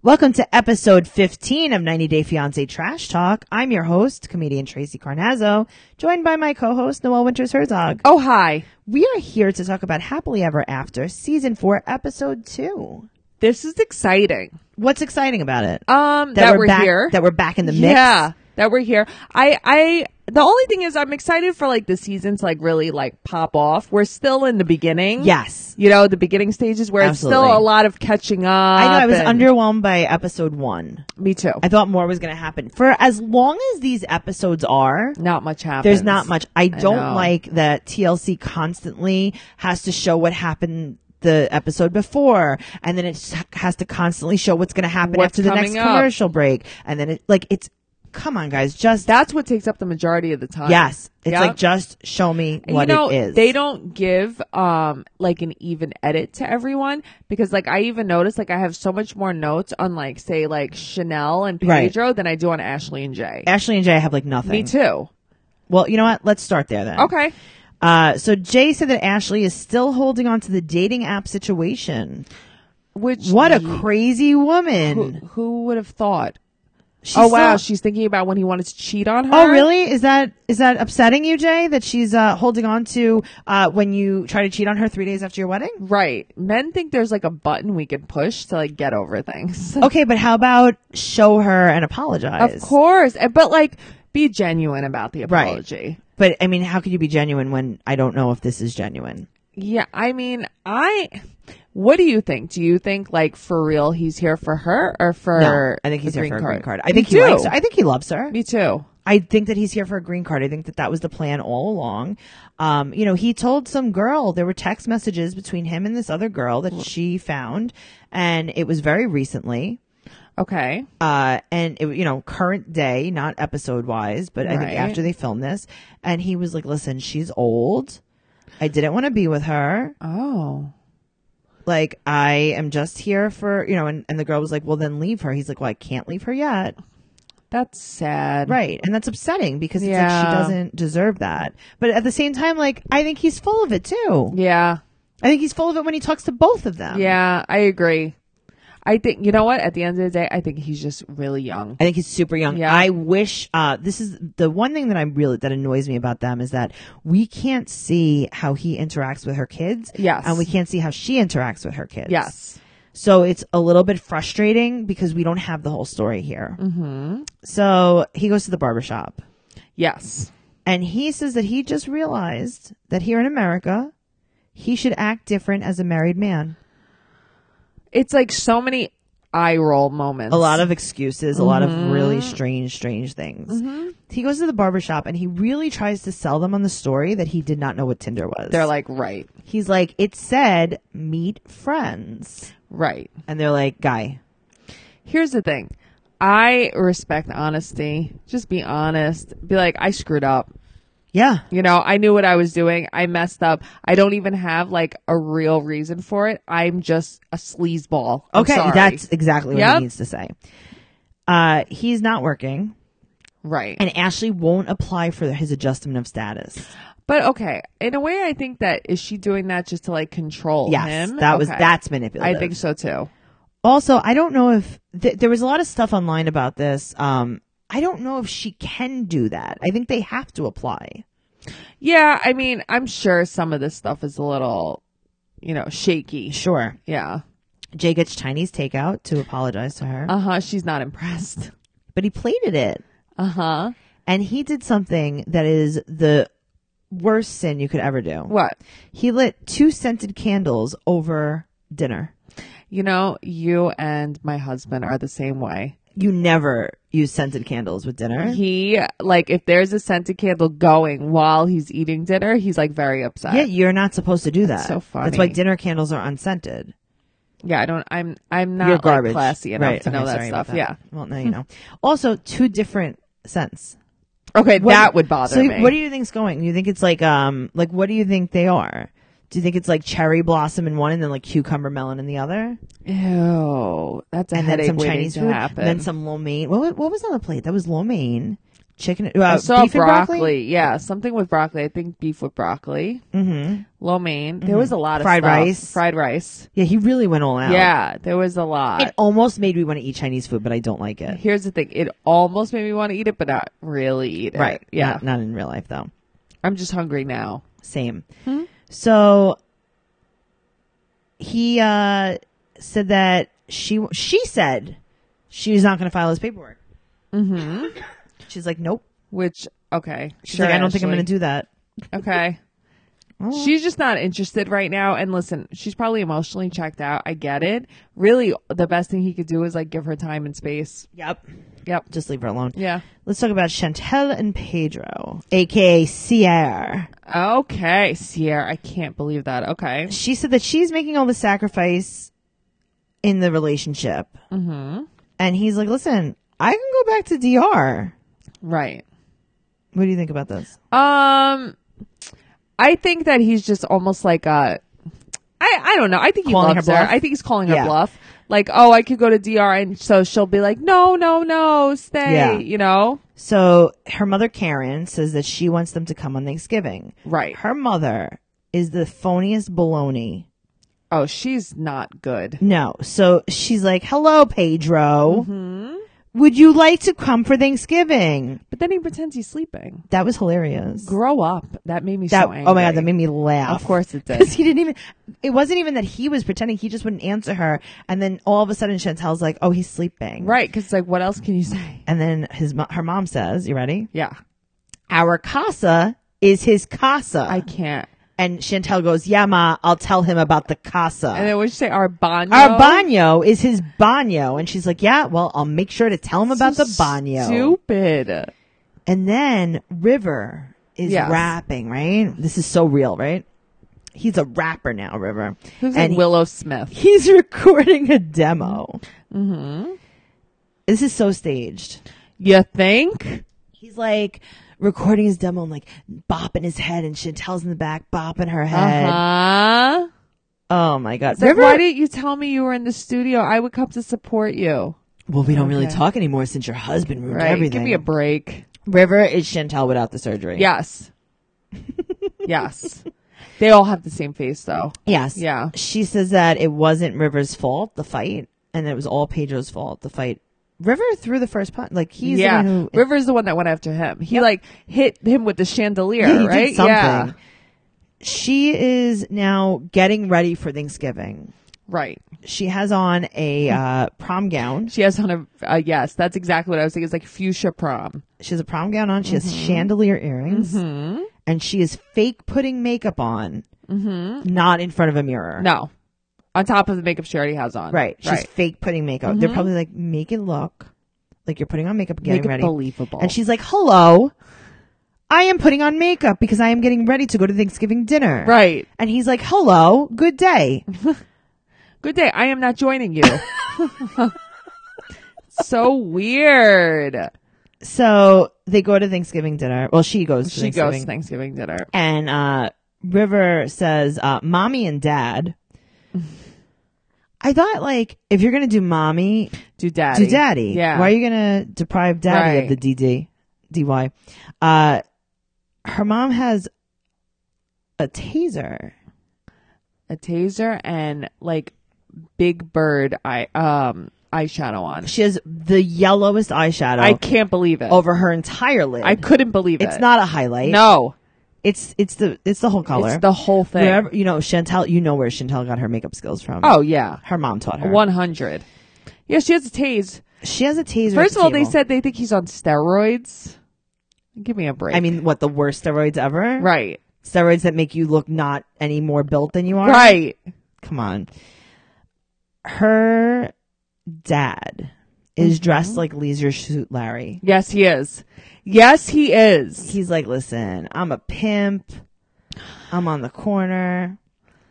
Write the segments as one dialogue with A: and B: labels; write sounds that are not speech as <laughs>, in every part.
A: Welcome to episode 15 of 90 Day Fiance Trash Talk. I'm your host, comedian Tracy Carnazzo, joined by my co-host, Noel Winters Herzog.
B: Oh, hi.
A: We are here to talk about Happily Ever After, season four, episode two.
B: This is exciting.
A: What's exciting about it?
B: Um, that, we're,
A: back,
B: here.
A: That we're back in the mix.
B: yeah, that we're here. I, I, the only thing is I'm excited for like the season to like really like pop off. We're still in the beginning.
A: Yes.
B: You know, the beginning stages where it's
A: Absolutely.
B: still a lot of catching up.
A: I know I was
B: and-
A: underwhelmed by episode one.
B: Me too.
A: I thought more was going to happen. For as long as these episodes are,
B: not much happens.
A: there's not much. I don't
B: know.
A: like that TLC constantly has to show what happened the episode before, and then it s- has to constantly show what's going to happen
B: What's
A: after the next
B: coming up.
A: commercial break, and then it like it's come on, guys, just
B: That's what takes up the majority of the time.
A: yes, it's
B: Yep.
A: like just show me
B: And,
A: what
B: you know,
A: it is.
B: They don't give um like an even edit to everyone because like I even noticed like I have so much more notes on like say like Chanel and
A: Right.
B: Pedro than I do on Ashley and Jay.
A: Ashley and Jay have like nothing.
B: Me too.
A: Well, you know what? Let's start there then.
B: Okay.
A: Uh, so Jay said that Ashley is still holding on to the dating app situation.
B: Which
A: What a
B: who,
A: crazy woman!
B: who would have thought?
A: She's
B: oh wow,
A: still-
B: she's thinking about when he wanted to cheat on her.
A: Oh really? Is that is that upsetting you, Jay? That she's uh, holding on to uh, when you try to cheat on her three days after your wedding?
B: Right. Men think there's like a button we could push to like get over things.
A: Okay, but how about show her and apologize?
B: Of course, And- but like be genuine about the
A: Right.
B: apology.
A: But I mean, how could you be genuine when I don't know if this is genuine?
B: Yeah, I mean, I. What do you think? Do you think like for real he's here for her or for?
A: No, I think he's
B: the
A: here for a green card. I
B: Me
A: think he
B: too.
A: likes her. I think he loves her.
B: Me too.
A: I think that he's here for a green card. I think that that was the plan all along. Um, you know, he told some girl there were text messages between him and this other girl that she found, and it was very recently.
B: Okay.
A: Uh, and it, you know, current day, not episode wise, but I
B: Right.
A: think after they filmed this, and he was like, "Listen, she's old. I didn't want to be with her.
B: Oh.
A: Like, I am just here for you know." And, and the girl was like, "Well, then leave her." He's like, "Well, I can't leave her
B: <laughs>
A: yet."
B: That's sad.
A: Right. And that's upsetting because it's like
B: Yeah.
A: she doesn't deserve that. But at the same time, like, I think he's full of it too.
B: Yeah.
A: I think he's full of it when he talks to both of them.
B: Yeah. I agree. I think you know what. At the end of the day, I think he's just really young.
A: I think he's super young.
B: Yeah.
A: I wish, uh, this is the one thing that I really, that annoys me about them is that we can't see how he interacts with her kids.
B: Yes.
A: And we can't see how she interacts with her kids.
B: Yes.
A: So it's a little bit frustrating because we don't have the whole story here. Mm-hmm. So he goes to the barbershop.
B: Yes.
A: And he says that he just realized that here in America, he should act different as a married man.
B: It's like so many eye roll moments.
A: A lot of excuses, a lot of really
B: Mm-hmm.
A: strange, strange things. He goes to the barbershop and he really tries to sell them on the story that he did not know what Tinder was.
B: They're like right,
A: he's like, it said meet friends.
B: right.
A: And they're like, guy,
B: here's the thing i respect honesty just be honest be like i screwed up
A: yeah,
B: you know i knew what i was doing i messed up i don't even have like a real reason for it i'm just a sleazeball I'm
A: okay,
B: sorry.
A: that's exactly what
B: Yep.
A: he needs to say. Uh, he's not working
B: right
A: and Ashley won't apply for his adjustment of status.
B: but okay in a way i think that is she doing that just to like control
A: Yes,
B: him
A: that was
B: Okay.
A: that's manipulative.
B: i think so too
A: Also, I don't know if th- there was a lot of stuff online about this. Um, I don't know if she can do that. I think they have to apply.
B: yeah i mean i'm sure some of this stuff is a little you know shaky
A: Sure.
B: yeah
A: Jay gets Chinese takeout to apologize to her,
B: uh-huh she's not impressed
A: Uh,
B: <laughs>
A: but he plated it
B: uh-huh
A: and he did something that is the worst sin you could ever do.
B: what
A: He lit two scented candles over dinner.
B: You know, you and my husband are the same way.
A: You never use scented candles with dinner.
B: He like if there's a scented candle going while he's eating dinner, he's like very upset.
A: yeah, you're not supposed to do that.
B: so funny.
A: That's why dinner candles are unscented.
B: Yeah, I don't. I'm I'm not
A: You're
B: like,
A: garbage.
B: classy enough
A: Right.
B: to know
A: Okay,
B: that
A: sorry about
B: stuff. Yeah. Hmm.
A: Well, now you know. also, two different scents.
B: Okay,
A: What-
B: that would bother
A: so
B: me.
A: what do you think's going? You think it's like um like what do you think they are? Do you think it's like cherry blossom in one and then like cucumber melon in the other?
B: Ew, that's a
A: And then
B: headache
A: some
B: waiting
A: Chinese
B: to
A: food.
B: happen.
A: And then some lo mein. What, wa- what was on the plate? That was lo mein. chicken. Uh,
B: I saw
A: beef and
B: broccoli.
A: broccoli.
B: Yeah, something with broccoli. I think beef with broccoli.
A: Mm-hmm.
B: Lo mein. There was a lot of
A: Fried
B: stuff.
A: rice.
B: Fried rice.
A: Yeah, he really went all out.
B: Yeah, there was a lot.
A: It almost made me want to eat Chinese food, but I don't like it.
B: Here's the thing. It almost made me want to eat it, but not really eat it.
A: Right.
B: Yeah.
A: Not, not in real life though.
B: I'm just hungry now.
A: Same. So he uh, said that she she said she was not going to file his paperwork. Mm-hmm. She's like, nope.
B: Which okay.
A: She's like, I don't think I'm going to do that.
B: do Okay. She's just not interested right now. And listen, she's probably emotionally checked out. I get it. Really, the best thing he could do is like give her time and space.
A: Yep.
B: Yep.
A: Just leave her alone.
B: Yeah.
A: Let's talk about Chantel and Pedro, aka Sierra.
B: Okay, Sierra. I can't believe that. Okay.
A: She said that she's making all the sacrifice in the relationship. Mm-hmm. And he's like, listen, I can go back to DR.
B: Right.
A: What do you think about this?
B: Um, I think that he's just almost like a. I I don't know. I think he
A: Calling
B: loves
A: her
B: her.
A: bluff?
B: I think he's calling
A: Yeah.
B: her bluff. Like, oh, I could go to DR, and so she'll be like, no, no, no, stay.
A: Yeah.
B: You know.
A: So her mother, Karen, says that she wants them to come on Thanksgiving.
B: Right.
A: Her mother is the phoniest baloney.
B: Oh, she's not good.
A: No. So she's like, hello, Pedro.
B: Mm-hmm.
A: Would you like to come for Thanksgiving?
B: But then he pretends he's sleeping.
A: That was hilarious.
B: Grow up. That made me
A: that,
B: so angry.
A: oh my God, that made me laugh.
B: Of course it
A: <laughs>
B: did.
A: Because he didn't even, it wasn't even that he was pretending, he just wouldn't answer her. And then all of a sudden Chantel's like, oh, he's sleeping.
B: right? Because like, what else can you say?
A: And then his, mo- her mom says, you ready?
B: Yeah.
A: Our casa is his casa.
B: I can't.
A: And Chantel goes, Yeah, Ma, I'll tell him about the casa.
B: And then what you say? Our bond.
A: Our baño is his baño. And she's like, Yeah, well, I'll make sure to tell him about the baño.
B: Stupid.
A: And then River is
B: Yes.
A: rapping, right? This is so real, right? He's a rapper now, River.
B: Who's
A: and
B: like Willow Smith?
A: he's <laughs> recording a demo. Mm-hmm. This is so staged.
B: You think?
A: He's like recording his demo and like bopping his head and Chantel's in the back bopping her head.
B: Uh-huh.
A: Oh my God.
B: It's like, why didn't you tell me you were in the studio? I would come to support you.
A: Well, we don't really
B: Okay.
A: talk anymore since your husband ruined
B: Right?
A: everything.
B: Give me a break.
A: River is Chantel without the surgery. <laughs>
B: Yes. yes. They all have the same face though.
A: Yes.
B: Yeah.
A: She says that it wasn't River's fault, the fight, and it was all Pedro's fault, the fight. River threw the first punch. Like he's
B: yeah.
A: the one who
B: River's the one that went after him. He like hit him with the chandelier,
A: Yeah, <laughs> he did
B: right?
A: something.
B: Yeah.
A: She is now getting ready for Thanksgiving.
B: Right.
A: She has on a uh, prom gown.
B: She has on a uh, yes, that's exactly what I was thinking. It's like fuchsia prom.
A: She has a prom gown on. She has
B: Mm-hmm.
A: chandelier earrings, and she is fake putting makeup on,
B: Mm-hmm.
A: not in front of a mirror.
B: No. On top of the makeup she already has on.
A: Right. She's
B: Right. Mm-hmm.
A: fake putting makeup. They're probably like, make it look like you're putting on makeup, and getting
B: Make it
A: ready.
B: believable.
A: And she's like, hello, I am putting on makeup because I am getting ready to go to Thanksgiving dinner.
B: Right.
A: And he's like, hello, good day.
B: Good day. I am not
A: <laughs>
B: joining you. so weird.
A: so they go to Thanksgiving dinner. Well, she goes to
B: She
A: Thanksgiving.
B: goes to Thanksgiving dinner.
A: and uh, River says, uh, mommy and
B: <laughs>
A: dad. I thought, like, if you're going to do mommy,
B: Do daddy.
A: to daddy.
B: Yeah.
A: Why are you going to deprive daddy of
B: Right.
A: the DD, DY? Uh, her mom has a taser.
B: a taser and like big bird eye um eyeshadow on.
A: She has the yellowest eyeshadow
B: I can't believe it.
A: over her entire lid.
B: I couldn't believe it.
A: it's not a highlight.
B: No.
A: It's, it's the, it's the whole color.
B: It's the whole thing.
A: Wherever, you know, Chantel, you know where Chantel got her makeup skills from.
B: Oh yeah.
A: Her mom taught her.
B: One hundred. Yeah, she has a tase.
A: She has a taser.
B: First
A: at
B: of all,
A: the table.
B: they said they think he's on steroids. Give me a break.
A: I mean, what the worst steroids ever?
B: Right.
A: Steroids that make you look not any more built than you are.
B: Right.
A: come on. Her dad is dressed like Leisure Suit Larry.
B: Yes, he is. Yes, he is.
A: He's like, listen, I'm a pimp. I'm on the corner.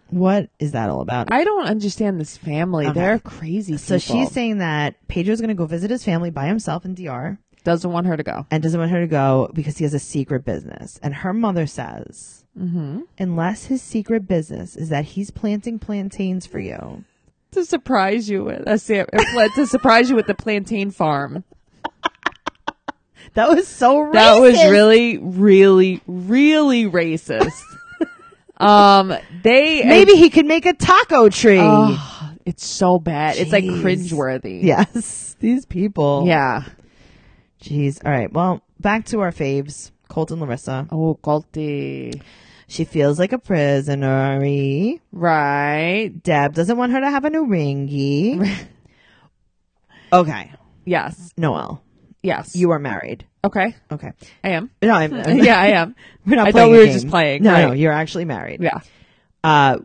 A: What is that all about?
B: I don't understand this family.
A: Okay.
B: They're crazy.
A: so
B: people.
A: she's saying that Pedro's going to go visit his family by himself in DR
B: doesn't want her to go.
A: and doesn't want her to go because he has a secret business. And her mother says, Mm-hmm. unless his secret business is that he's planting plantains for you,
B: To uh, surprise you with a sam- a pla- to surprise you with the plantain farm.
A: That was so racist.
B: That was really, really,
A: <laughs>
B: really racist. um, they
A: Maybe he could make a taco tree.
B: Ugh, it's so bad. It's like
A: Jeez. <laughs>
B: cringeworthy.
A: yes. These people.
B: yeah.
A: Jeez. All right. Well, back to our faves. Colt and Larissa.
B: Oh, culty.
A: She feels like a prisoner.
B: Right.
A: Deb doesn't want her to have a new
B: <laughs>
A: ringy. okay.
B: Yes.
A: Noel,
B: Yes.
A: you are married.
B: okay?
A: Okay.
B: I <laughs> am.
A: No, I'm, I'm-
B: yeah, I am.
A: we're not
B: I
A: playing a
B: thought we were
A: game.
B: just playing,
A: No,
B: right.
A: no, you're actually married.
B: Yeah.
A: Uh,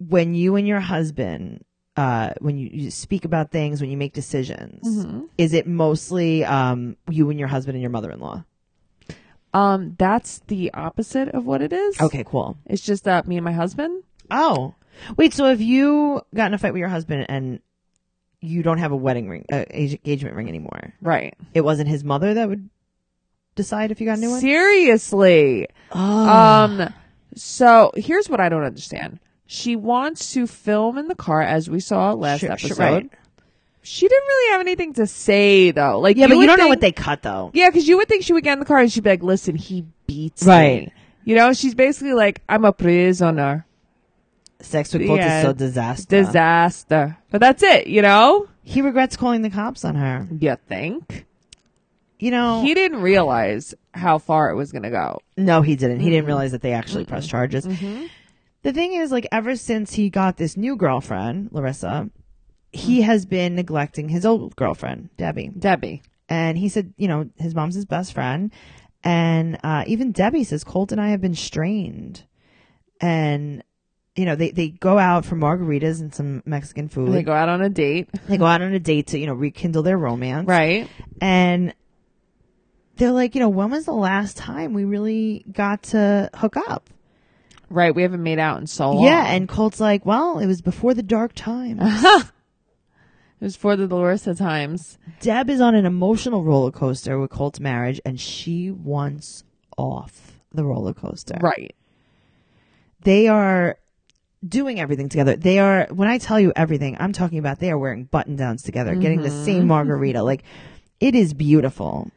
A: when you and your husband, uh, when you, you speak about things, when you make decisions,
B: Mm-hmm.
A: is it mostly um, you and your husband and your mother-in-law?
B: Um, that's the opposite of what it is.
A: Okay, cool.
B: It's just uh, me and my husband.
A: Oh, wait. So if you got in a fight with your husband and you don't have a wedding ring, uh, age- engagement ring anymore,
B: Right.
A: it wasn't his mother that would decide if you got a new one.
B: Seriously.
A: Oh.
B: Um, so here's what I don't understand. She wants to film in the car, as we saw last
A: Sure, sure,
B: episode.
A: right.
B: She didn't really have anything to say though. Like,
A: yeah, but
B: would
A: you don't know
B: think-
A: what they cut though.
B: Yeah, because you would think she would get in the car and she'd be like, "Listen, he beats
A: Right.
B: me." You know, she's basically like, "I'm a prisoner,
A: Sex with Colt is
B: Yeah.
A: so disaster.
B: disaster." But that's it. You know,
A: he regrets calling the cops on her.
B: you think
A: You know,
B: he didn't realize how far it was gonna go.
A: no, he didn't. He didn't realize that they actually pressed charges. The thing is, like, ever since he got this new girlfriend, Larissa, he has been neglecting his old girlfriend, Debbie.
B: Debbie,
A: And he said, you know, his mom's his best friend. And uh, even Debbie says, Colt and I have been strained. And, you know, they, they go out for margaritas and some Mexican food.
B: they go out on a date,
A: they go out on a date to, you know, rekindle their romance.
B: right?
A: and they're like, you know, when was the last time we really got to hook up?
B: Right. We haven't made out in so long.
A: Yeah, and Colt's like, well, it was before the dark time.
B: <laughs> it was for the Larissa times.
A: Deb is on an emotional roller coaster with Colt's marriage, and she wants off the roller coaster.
B: Right.
A: They are doing everything together. They are, when I tell you everything, I'm talking about they are wearing button downs together, getting the same
B: Mm-hmm.
A: margarita. Like, it is beautiful.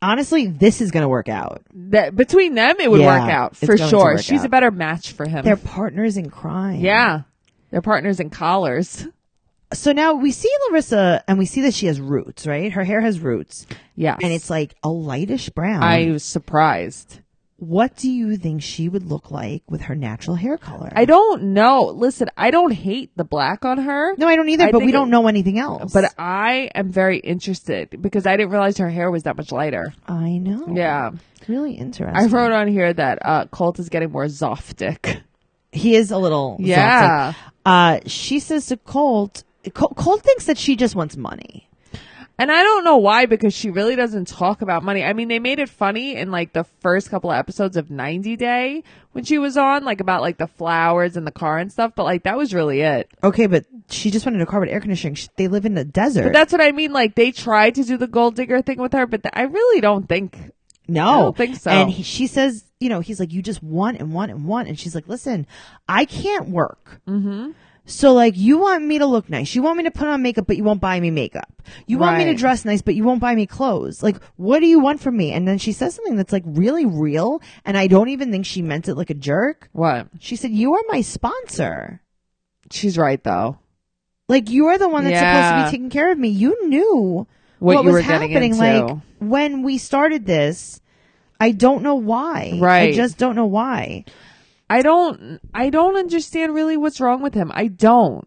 A: Honestly, this is going to work out.
B: That between them, it would
A: Yeah,
B: work out
A: it's
B: for
A: going to
B: sure.
A: work
B: She's
A: out.
B: a better match for him.
A: They're partners in crime.
B: Mm-hmm. yeah. They're partners in collars.
A: so now we see Larissa and we see that she has roots, right? Her hair has roots
B: Yeah.
A: and it's like Mm. a lightish brown.
B: I was surprised.
A: what do you think she would look like with her natural hair color?
B: I don't know. Listen, I don't hate the black on her,
A: no, I don't either,
B: I
A: but we
B: think
A: don't
B: it-
A: know anything else.
B: but I am very interested because I didn't realize her hair was that much lighter.
A: I know.
B: Yeah.
A: Really interesting.
B: I wrote on here that uh, Colt is getting more zoftic.
A: He is a little.
B: Yeah.
A: Zoltan. Uh, she says to Colt, Col- Colt thinks that she just wants money.
B: And I don't know why, because she really doesn't talk about money. I mean, they made it funny in like the first couple of episodes of 90 Day when she was on, like about like the flowers and the car and stuff, but like that was really it.
A: Okay, but she just wanted a car with air conditioning. She, they live in the desert.
B: But that's what I mean. Like they tried to do the gold digger thing with her, but th- I really don't think.
A: No,
B: I don't think so.
A: And he, she says, you know, he's like, you just want and want and want. And she's like, listen, I can't work. Mm-hmm. So like, you want me to look nice. You want me to put on makeup, but you won't buy me makeup. You want me to
B: Right.
A: dress nice, but you won't buy me clothes. Like, what do you want from me? And then she says something that's like really real. And I don't even think she meant it like a jerk.
B: What?
A: She said, you are my sponsor.
B: She's right though.
A: Like, you are the one that's supposed to
B: Yeah.
A: be taking care of me. You knew
B: What you
A: was
B: were getting
A: happening.
B: into.
A: Like when we started this, I don't know why. I
B: Right.
A: just don't know why.
B: I don't, I don't understand really what's wrong with him. I don't.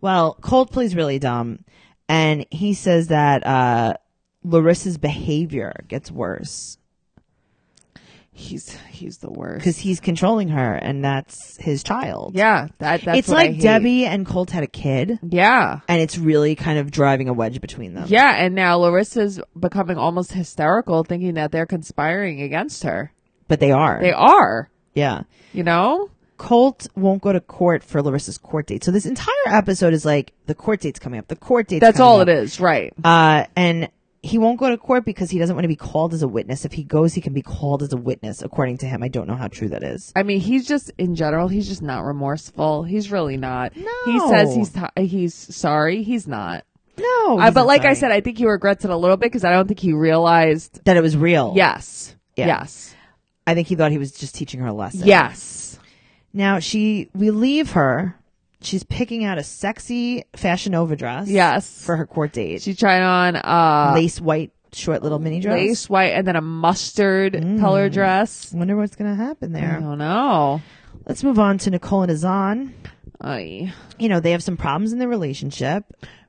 A: Well, Coldplay's really dumb, and he says that uh, Larissa's behavior gets worse
B: He's, he's the worst.
A: because he's controlling her, and that's his child.
B: Yeah. That, that's
A: it's
B: what I
A: like
B: hate.
A: Debbie and Colt had a kid,
B: Yeah.
A: and it's really kind of driving a wedge between them.
B: Yeah, and now Larissa's becoming almost hysterical thinking that they're conspiring against her.
A: but they are.
B: They are,
A: yeah.
B: you know?
A: Colt won't go to court for Larissa's court date. So this entire episode is like the court date's coming up. The court date's
B: That's
A: coming
B: all
A: up.
B: it is, right.
A: Uh, and he won't go to court because he doesn't want to be called as a witness. If he goes, he can be called as a witness, according to him. I don't know how true that is.
B: I mean, he's just in general, he's just not remorseful. He's really not.
A: No.
B: He says he's t- he's sorry, he's not.
A: No,
B: Uh,
A: he's
B: but
A: not
B: like I
A: funny.
B: said, I think he regrets it a little bit because I don't think he realized.
A: that it was real.
B: Yes.
A: Yeah.
B: Yes.
A: I think he thought he was just teaching her a lesson.
B: Yes.
A: Now she, we leave her. She's picking out a sexy fashion overdress.
B: Yes.
A: For her court date.
B: She tried on uh,
A: lace white short little mini dress. Mm.
B: lace white and then a mustard color dress.
A: Wonder what's going to happen
B: I
A: there.
B: don't know.
A: Let's move on to Nicole and Azan.
B: Ay.
A: You know, they have some problems in their relationship.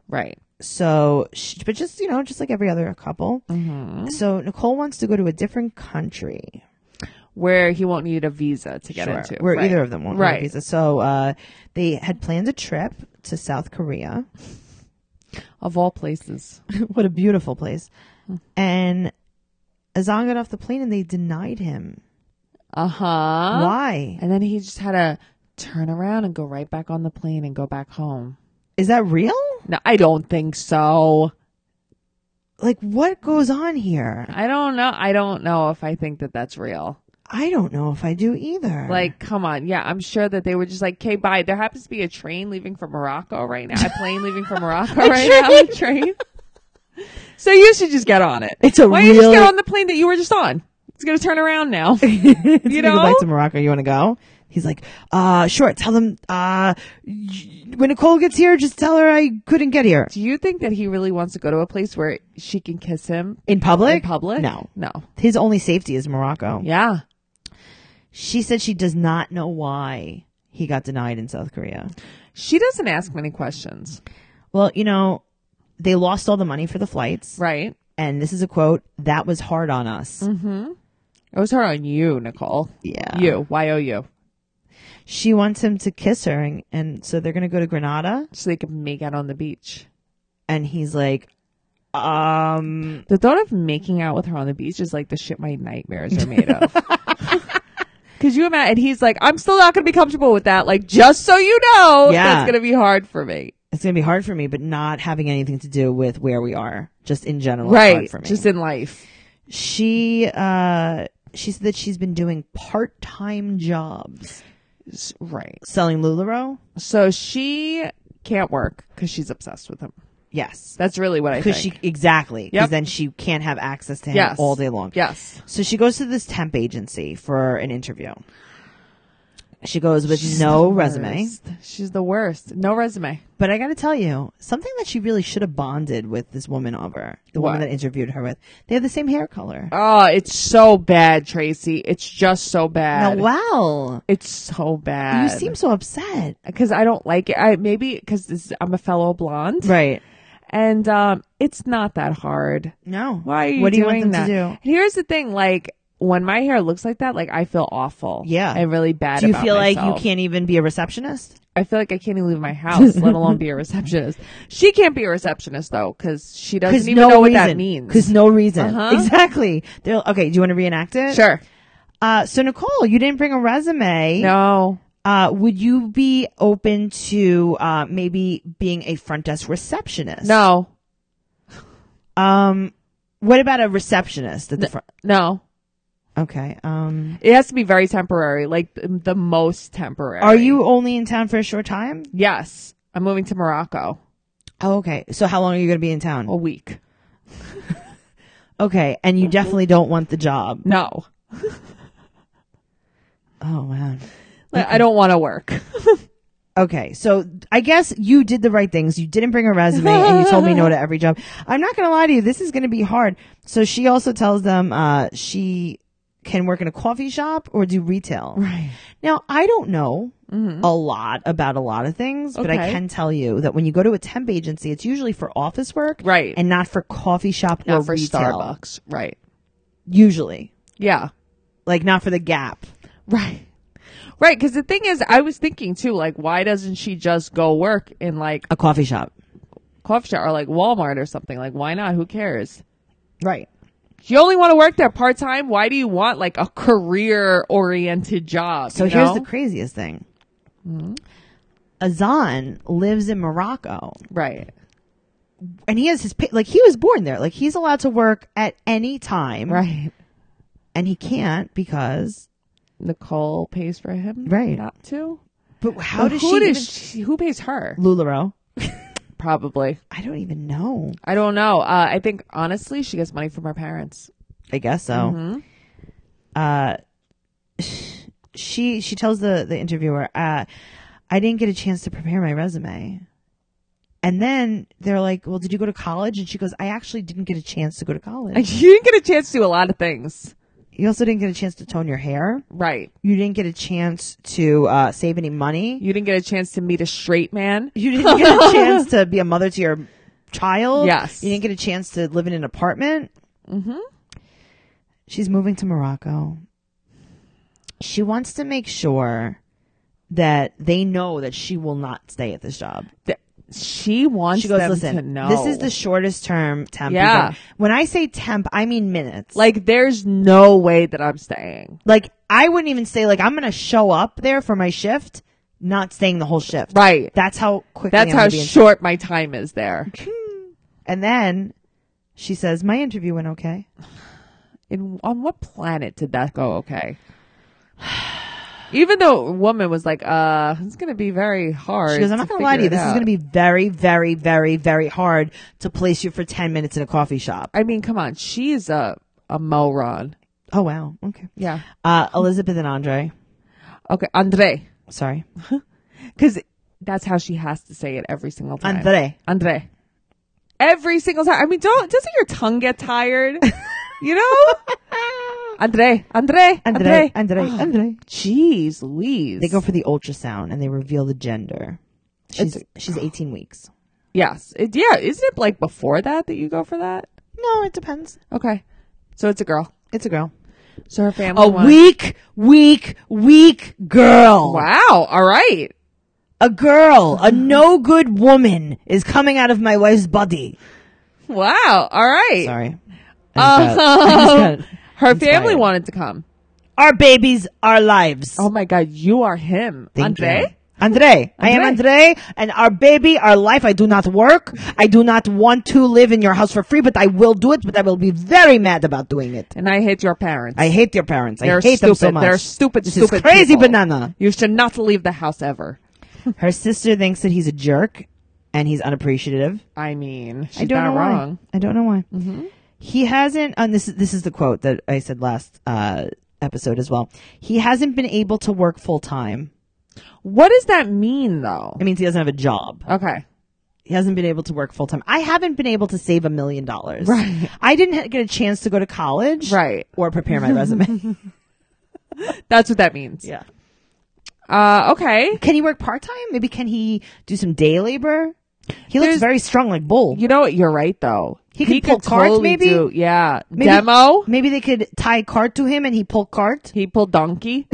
B: Right.
A: So, she, but just, you know, just like every other couple.
B: Mm-hmm.
A: So Nicole wants to go to a different country.
B: Where he won't need a visa to get
A: Sure.
B: into.
A: Where
B: Right.
A: either of them won't
B: Right.
A: right. visa. So, uh, they had planned a trip to South Korea. <laughs>
B: Of all places.
A: what a beautiful place. And Azan got off the plane and they denied him.
B: Uh huh.
A: Why?
B: And then he just had to turn around and go right back on the plane and go back home.
A: Is that real?
B: No, I don't think so.
A: Like, what goes on here?
B: I don't know. I don't know if I think that that's real.
A: I don't know if I do either.
B: Like, come on. Yeah, I'm sure that they were just like, okay, bye. There happens to be a train leaving from Morocco right now. A plane leaving
A: <laughs>
B: from Morocco right now. A train. So you should just get on it.
A: It's a
B: Why don't you just get
A: really-
B: on the plane that you were just on? It's going to turn around now. <laughs>
A: you
B: know?
A: go back to Morocco. You want to go? He's like, uh, sure. Tell them, uh, y- when Nicole gets here, just tell her I couldn't get here
B: Do you think that he really wants to go to a place where she can kiss him
A: in public.
B: in public?
A: No.
B: No.
A: His only safety is Morocco.
B: Yeah.
A: She said she does not know why he got denied in South Korea.
B: She doesn't ask many questions,
A: Well, you know, they lost all the money for the flights.
B: right?
A: And this is a quote that was hard on us.
B: Mm. It was hard on you, Nicole.
A: Yeah.
B: You. Y O U.
A: She wants him to kiss her. And, and so they're going to go to Granada.
B: So they could make out on the beach.
A: And he's like, um,
B: The thought of making out with her on the beach is like the shit my nightmares are
A: <laughs>
B: made of. <laughs> Cause you imagine, and he's like, I'm still not gonna be comfortable with that. Like, just so you know,
A: Yeah.
B: that's gonna be hard for me.
A: it's going to be hard for me, but not having anything to do with where we are, just in general, it's
B: right.
A: hard for me.
B: Just in life.
A: she, uh, she said that she's been doing part-time jobs
B: S- Right.
A: selling Lularoe.
B: So she can't work cause she's obsessed with him.
A: Yes,
B: That's really what I think.
A: because she exactly because
B: Yep.
A: then she can't have access to him
B: Yes.
A: all day long.
B: Yes.
A: So she goes to this temp agency for an interview. She goes with no resume,
B: Worst. She's the worst. No resume.
A: but I got to tell you something that she really should have bonded with this woman over the
B: What?
A: woman that interviewed her with. They have the same hair color.
B: Oh, it's so bad, Tracy. It's just so bad.
A: Now, wow.
B: It's so
A: You
B: bad.
A: seem so upset.
B: because I don't like it. I maybe because this I'm a fellow blonde,
A: Right.
B: and um, it's not that hard.
A: No.
B: Why? Are you
A: what do you
B: doing
A: want them
B: that?
A: to
B: And here's the thing: like when my hair looks like that, like I feel awful.
A: Yeah.
B: and really
A: do?
B: bad.
A: Do you
B: about
A: feel like
B: myself.
A: you can't even be a receptionist?
B: I feel like I can't even leave my house, let
A: <laughs>
B: alone be a receptionist. She can't be a receptionist though, because she doesn't even know what that means.
A: Because no reason.
B: Uh-huh.
A: Exactly. They're, okay. Do you want to reenact it?
B: sure,
A: Uh, so Nicole, you didn't bring a resume.
B: no,
A: Uh, would you be open to uh, maybe being a front desk receptionist?
B: no,
A: Um, what about a receptionist at the front?
B: no.
A: Okay. Um,
B: It has to be very temporary, like th- the most temporary.
A: are you only in town for a short time?
B: Yes, I'm moving to Morocco
A: Oh, okay. So how long are you going to be in town?
B: a week.
A: Okay, and you definitely don't want the job.
B: No.
A: Oh man.
B: Like, I don't want to work.
A: Okay, so I guess you did the right things. You didn't bring a resume and you told me no to every
B: <laughs>
A: job. I'm not going to lie to you. This is going to be hard. So she also tells them uh, she can work in a coffee shop or do retail. Right. Now, I don't know a lot about a lot of things, but I
B: Mm-hmm. Okay.
A: can tell you that when you go to a temp agency, it's usually for office work
B: Right.
A: and not for coffee shop or
B: Not for
A: retail.
B: Starbucks. Right.
A: Usually.
B: Yeah.
A: Like not for the gap.
B: Right. Right. Because the thing is, I was thinking too, like, why doesn't she just go work in like
A: A coffee shop.
B: coffee shop or like Walmart or something? Like, why not? Who cares?
A: Right.
B: You only want to work there part time. Why do you want like a career oriented job?
A: So
B: you
A: here's
B: know? Hmm?
A: the craziest thing. Azan lives in Morocco
B: right.
A: and he has his, pa- like, he was born there. Like, he's allowed to work at any time.
B: Right.
A: And he can't because,
B: Nicole pays for him.
A: Right.
B: Not to.
A: but how
B: But
A: does
B: who
A: she,
B: does
A: even-
B: she- Who pays her?
A: LuLaRoe.
B: Probably.
A: I don't even know.
B: I don't know. Uh, I think honestly, she gets money from her parents.
A: I guess so.
B: Mm-hmm.
A: Uh, she she tells the the interviewer, uh, "I didn't get a chance to prepare my resume." And then they're like, "Well, did you go to college?" And she goes, "I actually didn't get a chance to go to college.
B: <laughs> you didn't get a chance to do a lot of things,
A: You also didn't get a chance to tone your hair.
B: right?
A: You didn't get a chance to uh, save any money.
B: You didn't get a chance to meet a straight man.
A: You didn't get
B: <laughs>
A: a chance to be a mother to your child.
B: Yes.
A: You didn't get a chance to live in an apartment. Mm-hmm. She's moving to Morocco. She wants to make sure that they know that she will not stay at this job.
B: Th- She wants
A: She goes,
B: them to
A: listen,
B: know.
A: this is the shortest term temp. you've
B: Yeah.
A: done." When I say temp, I mean minutes.
B: like. There's no way that I'm staying.
A: like I wouldn't even say like I'm going to show up there for my shift, not staying the whole shift.
B: Right.
A: That's how quickly
B: That's
A: I'm
B: how
A: gonna be in-
B: short my time is there.
A: And then she says, "My interview went okay."
B: In on what planet did that go? Okay. Even though a woman was like, "Uh, it's gonna be very hard."
A: She goes, "I'm not going to lie to you. This is going to be very, very, very, very hard to place you for ten minutes in a coffee shop."
B: I mean, come on. She's a a moron.
A: Oh wow, okay.
B: Yeah.
A: Uh, Elizabeth and Andre,
B: Okay, Andre,
A: sorry,
B: because that's how she has to say it every single time.
A: Andre.
B: Andre. Every single time. I mean, don't doesn't your tongue
A: <laughs>
B: get tired? you know. Andre, Andre,
A: Andre,
B: Andre,
A: Andre,
B: Oh,
A: Andre.
B: Jeez, Louise.
A: They go for the ultrasound and they reveal the gender. She's she's 18 weeks.
B: Yes. It, yeah. Isn't it like before that that you go for that?
A: No, it depends.
B: Okay. So it's a girl. Oh,
A: It's a girl.
B: So her family.
A: A
B: wants-
A: weak, weak, weak girl.
B: <laughs> Wow. All right.
A: A girl, a no good woman is coming out of my wife's body.
B: Wow. All right.
A: Sorry.
B: Um, her family
A: Inspired.
B: wanted to come.
A: Oh. our babies, our lives.
B: Oh my God. You are him.
A: Thank you.
B: Andre?
A: Andre. I am Andre and our baby, our life. I do not work. I do not want to live in your house for free, but I will do it, but I will be very mad about doing it.
B: And I hate your parents.
A: I hate your parents. I
B: They're
A: hate
B: stupid.
A: them so much.
B: They're stupid,
A: This
B: stupid.
A: is crazy
B: people.
A: banana.
B: You should not leave the house ever.
A: Her sister thinks that he's a jerk and he's unappreciative.
B: I mean, she's
A: I don't
B: not
A: know
B: wrong. Mm-hmm.
A: why. I don't know why. He hasn't, and this is this is the quote that I said last uh, episode as well. He hasn't been able to work full time.
B: What does that mean though?
A: It means he doesn't have a job.
B: Okay.
A: He hasn't been able to work full time. I haven't been able to save a million dollars. Right. I didn't ha- get a chance to go to college.
B: Right.
A: Or prepare my
B: <laughs>
A: resume.
B: That's what that means.
A: yeah.
B: Uh, okay.
A: Can he work part time? Maybe can he do some day labor? He looks very strong, like bull.
B: You know what? You're right though.
A: He can pull carts, maybe?
B: do- yeah.
A: Maybe-
B: Demo.
A: Maybe they could tie cart to him and he pull cart.
B: He pulled donkey.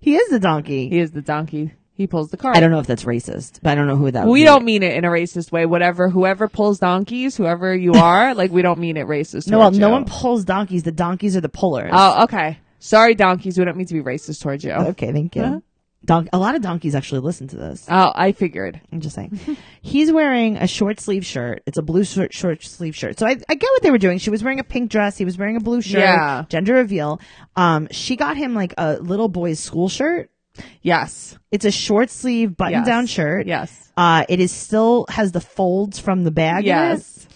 A: He is the donkey.
B: he is the donkey. He pulls the cart.
A: I don't know if that's racist, but I don't know who that. would
B: we
A: be.
B: don't mean it in a racist way. Whatever, whoever pulls donkeys, whoever you <laughs> are, like we don't mean it racist.
A: No, well,
B: towards
A: no
B: you.
A: one pulls donkeys. The donkeys are the pullers.
B: Oh, okay. Sorry, donkeys. We don't mean to be racist towards you.
A: okay, thank you. Don- a lot of donkeys actually listen to this.
B: Oh, I figured.
A: I'm just saying. He's wearing a short sleeve shirt. It's a blue short, short sleeve shirt. So I, I get what they were doing. She was wearing a pink dress. He was wearing a blue shirt.
B: Yeah.
A: Gender reveal. Um, she got him like a little boy's school shirt.
B: Yes.
A: It's a short sleeve button down
B: Yes.
A: shirt.
B: Yes.
A: Uh, it is still has the folds from the bag. In it.
B: Yes.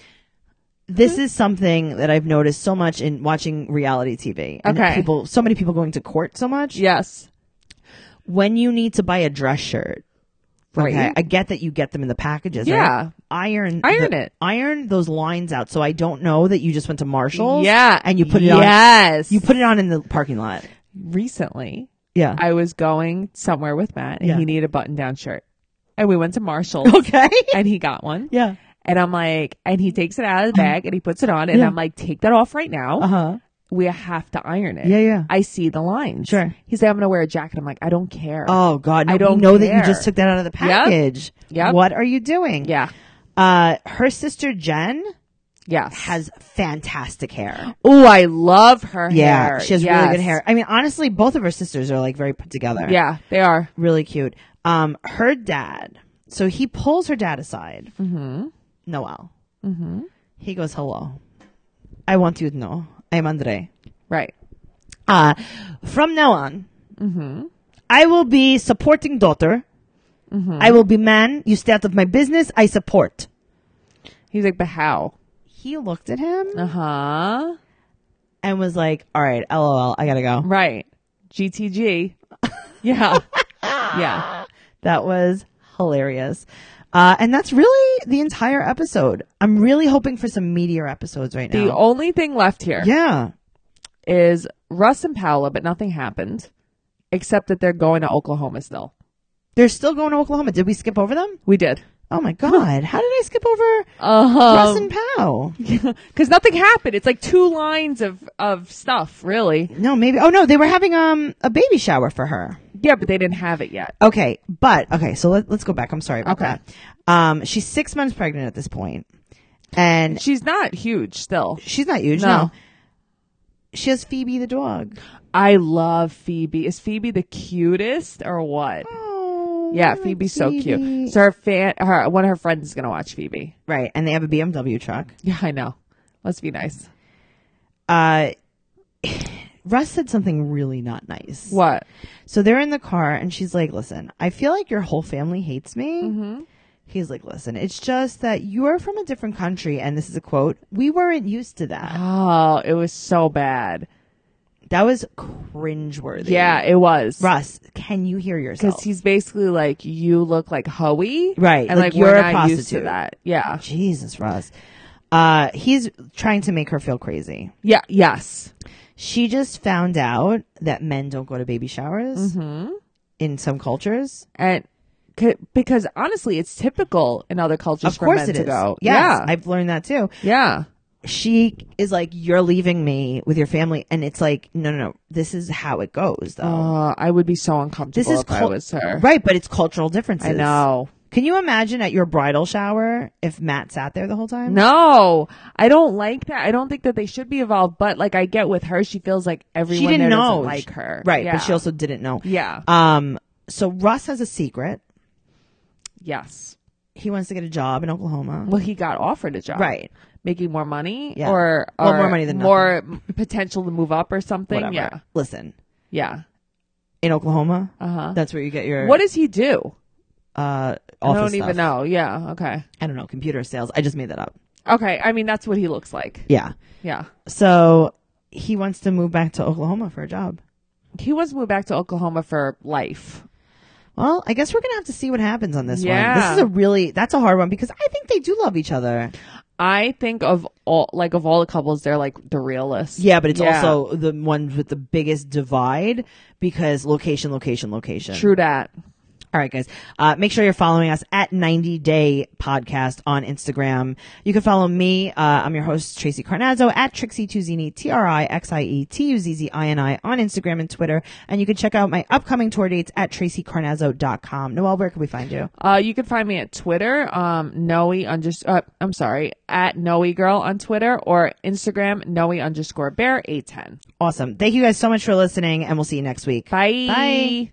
A: this is something that I've noticed so much in watching reality TV. And
B: Okay.
A: People, so many people going to court so much.
B: Yes.
A: When you need to buy a dress shirt,
B: Right.
A: okay, I get that you get them in the packages.
B: Yeah.
A: right? Iron,
B: Iron
A: the-
B: it.
A: Iron those lines out so I don't know that you just went to Marshall's.
B: Yeah.
A: And you put it
B: yes.
A: on.
B: Yes.
A: You put it on in the parking lot.
B: recently
A: Yeah.
B: I was going somewhere with Matt and
A: Yeah.
B: he needed a button down shirt. And we went
A: <laughs>
B: to Marshall's
A: <laughs> okay.
B: and he got one.
A: yeah. Uh-huh.
B: And I'm like and he takes it out of the bag and he puts it on and
A: Yeah.
B: I'm like, take that off right now.
A: Uh huh.
B: We have to iron it.
A: Yeah, yeah.
B: I see the lines.
A: Sure.
B: He's like, I'm gonna wear a jacket. I'm like, I don't care.
A: Oh God! No,
B: I don't
A: we know that you
B: care.
A: just took that out of the package.
B: Yep.
A: What are you doing?
B: yeah.
A: Uh, her sister Jen
B: Yes.
A: has fantastic hair.
B: oh, I love her
A: Yeah,
B: hair.
A: she has really good
B: Yes.
A: hair. I mean, honestly, both of her sisters are like very put together.
B: Yeah, they are.
A: really cute. Um, her dad. So he pulls her dad aside. Mm-hmm. Noel. Mm-hmm. He goes, "Hello, I want you to know I'm Andre.
B: Right.
A: Uh, from now on,
B: Mm-hmm.
A: I will
B: Mm-hmm.
A: be supporting daughter. I will be man. You stay out of my business. I support.
B: He's like, but how?
A: He looked at him
B: Uh
A: Uh-huh.
B: huh.
A: and was like, all right, lol, I gotta go.
B: Right.
A: <laughs>
B: GTG. yeah. yeah.
A: That was hilarious. Uh, and that's really the entire episode. I'm really hoping for some meteor episodes right
B: The
A: now.
B: only thing left here is
A: yeah.
B: Russ and Paola, but nothing happened except that they're going to Oklahoma still.
A: They're still going to Oklahoma. Did we skip over them?
B: We did.
A: Oh my God. How did I skip over
B: Uh
A: Russ
B: huh.
A: and Pow?
B: <laughs> Because nothing happened. It's like two lines of, of stuff, really.
A: No, maybe. Oh no, they were having, um, a baby shower for her.
B: Yeah, but they didn't have it yet.
A: Okay, but okay, so let, let's go back. I'm sorry about
B: Okay.
A: that. Um, she's six months pregnant at this point, and
B: She's not huge still.
A: she's not huge. No.
B: No.
A: she has Phoebe the dog.
B: I love Phoebe. Is Phoebe the cutest or what?
A: Oh, I
B: Yeah,
A: like
B: Phoebe's so
A: Phoebe.
B: cute. So her fan, her one of her friends is gonna watch Phoebe. <laughs>
A: right, and they have a BMW truck.
B: Yeah, I know. Let's be nice.
A: Uh, <sighs> Russ said something really not nice.
B: What?
A: So they're in the car, and she's like, "Listen, I feel like your whole family hates me."
B: Mm-hmm.
A: He's like, "Listen, it's just that you're from a different country, and this is a quote. We weren't used to that.
B: Oh, it was so bad.
A: That was cringeworthy."
B: Yeah, it was.
A: Russ, can you hear
B: Because
A: yourself?
B: he's basically like, you look like Hoey,
A: Right,
B: And
A: like
B: like,
A: you're
B: we're
A: a
B: not used to
A: prostitute.
B: that. Yeah,
A: Jesus, Russ. Uh, he's trying to make her feel crazy.
B: yeah, yes.
A: She just found out that men don't go to baby showers
B: Mm-hmm.
A: in some cultures.
B: And c- because honestly, it's typical in other cultures
A: of
B: for
A: course
B: men
A: it
B: to
A: is.
B: go.
A: Yes,
B: yeah,
A: I've learned that too.
B: yeah.
A: She is like, you're leaving me with your family. And it's like, no, no, no. This is how it goes though.
B: Uh, I would be so
A: this
B: uncomfortable
A: is
B: if I
A: cul-
B: was her.
A: right. But it's cultural differences.
B: I know.
A: Can you imagine at your bridal shower if Matt sat there the whole time?
B: No, I don't like that. I don't think that they should be involved. But like, I get with her, she feels like everyone
A: she didn't
B: there
A: know.
B: doesn't like her,
A: Right.
B: Yeah.
A: But she also didn't know.
B: yeah,
A: Um, so Russ has a secret.
B: yes.
A: He wants to get a job in Oklahoma.
B: Well, he got offered a job,
A: Right.
B: Making more money,
A: Yeah.
B: or, or
A: Well, more money than
B: more potential to move up or something.
A: Whatever.
B: Yeah,
A: Listen,
B: yeah.
A: in Oklahoma,
B: Uh huh.
A: that's where you get your
B: What does he do?
A: uh office
B: I don't
A: stuff.
B: even know. Yeah. Okay.
A: I don't know, computer sales. I just made that up.
B: Okay. I mean, that's what he looks like.
A: Yeah.
B: Yeah.
A: So he wants to move back to Oklahoma for a job.
B: He wants to move back to Oklahoma for life.
A: Well, I guess we're gonna have to see what happens on this one. This
B: Yeah.
A: is a really that's a hard one because I think they do love each other.
B: I think of all, like, of all the couples, they're like the realest.
A: Yeah, but it's
B: Yeah.
A: also the ones with the biggest divide because location, location, location.
B: true that.
A: All right, guys. Uh, make sure you're following us at 90 Day Podcast on Instagram. You can follow me. Uh, I'm your host, Tracy Carnazzo, at Trixie Tuzini, T R I X I E T U Z Z I N I on Instagram and Twitter. And you can check out my upcoming tour dates at tracycarnazzo.com. Noelle, where can we find you?
B: Uh, you can find me at Twitter, um, Noe under, uh, I'm sorry, at Noe Girl on Twitter or Instagram, Noe underscore Bear 810.
A: Awesome. Thank you guys so much for listening, and we'll see you next week.
B: Bye.
A: Bye.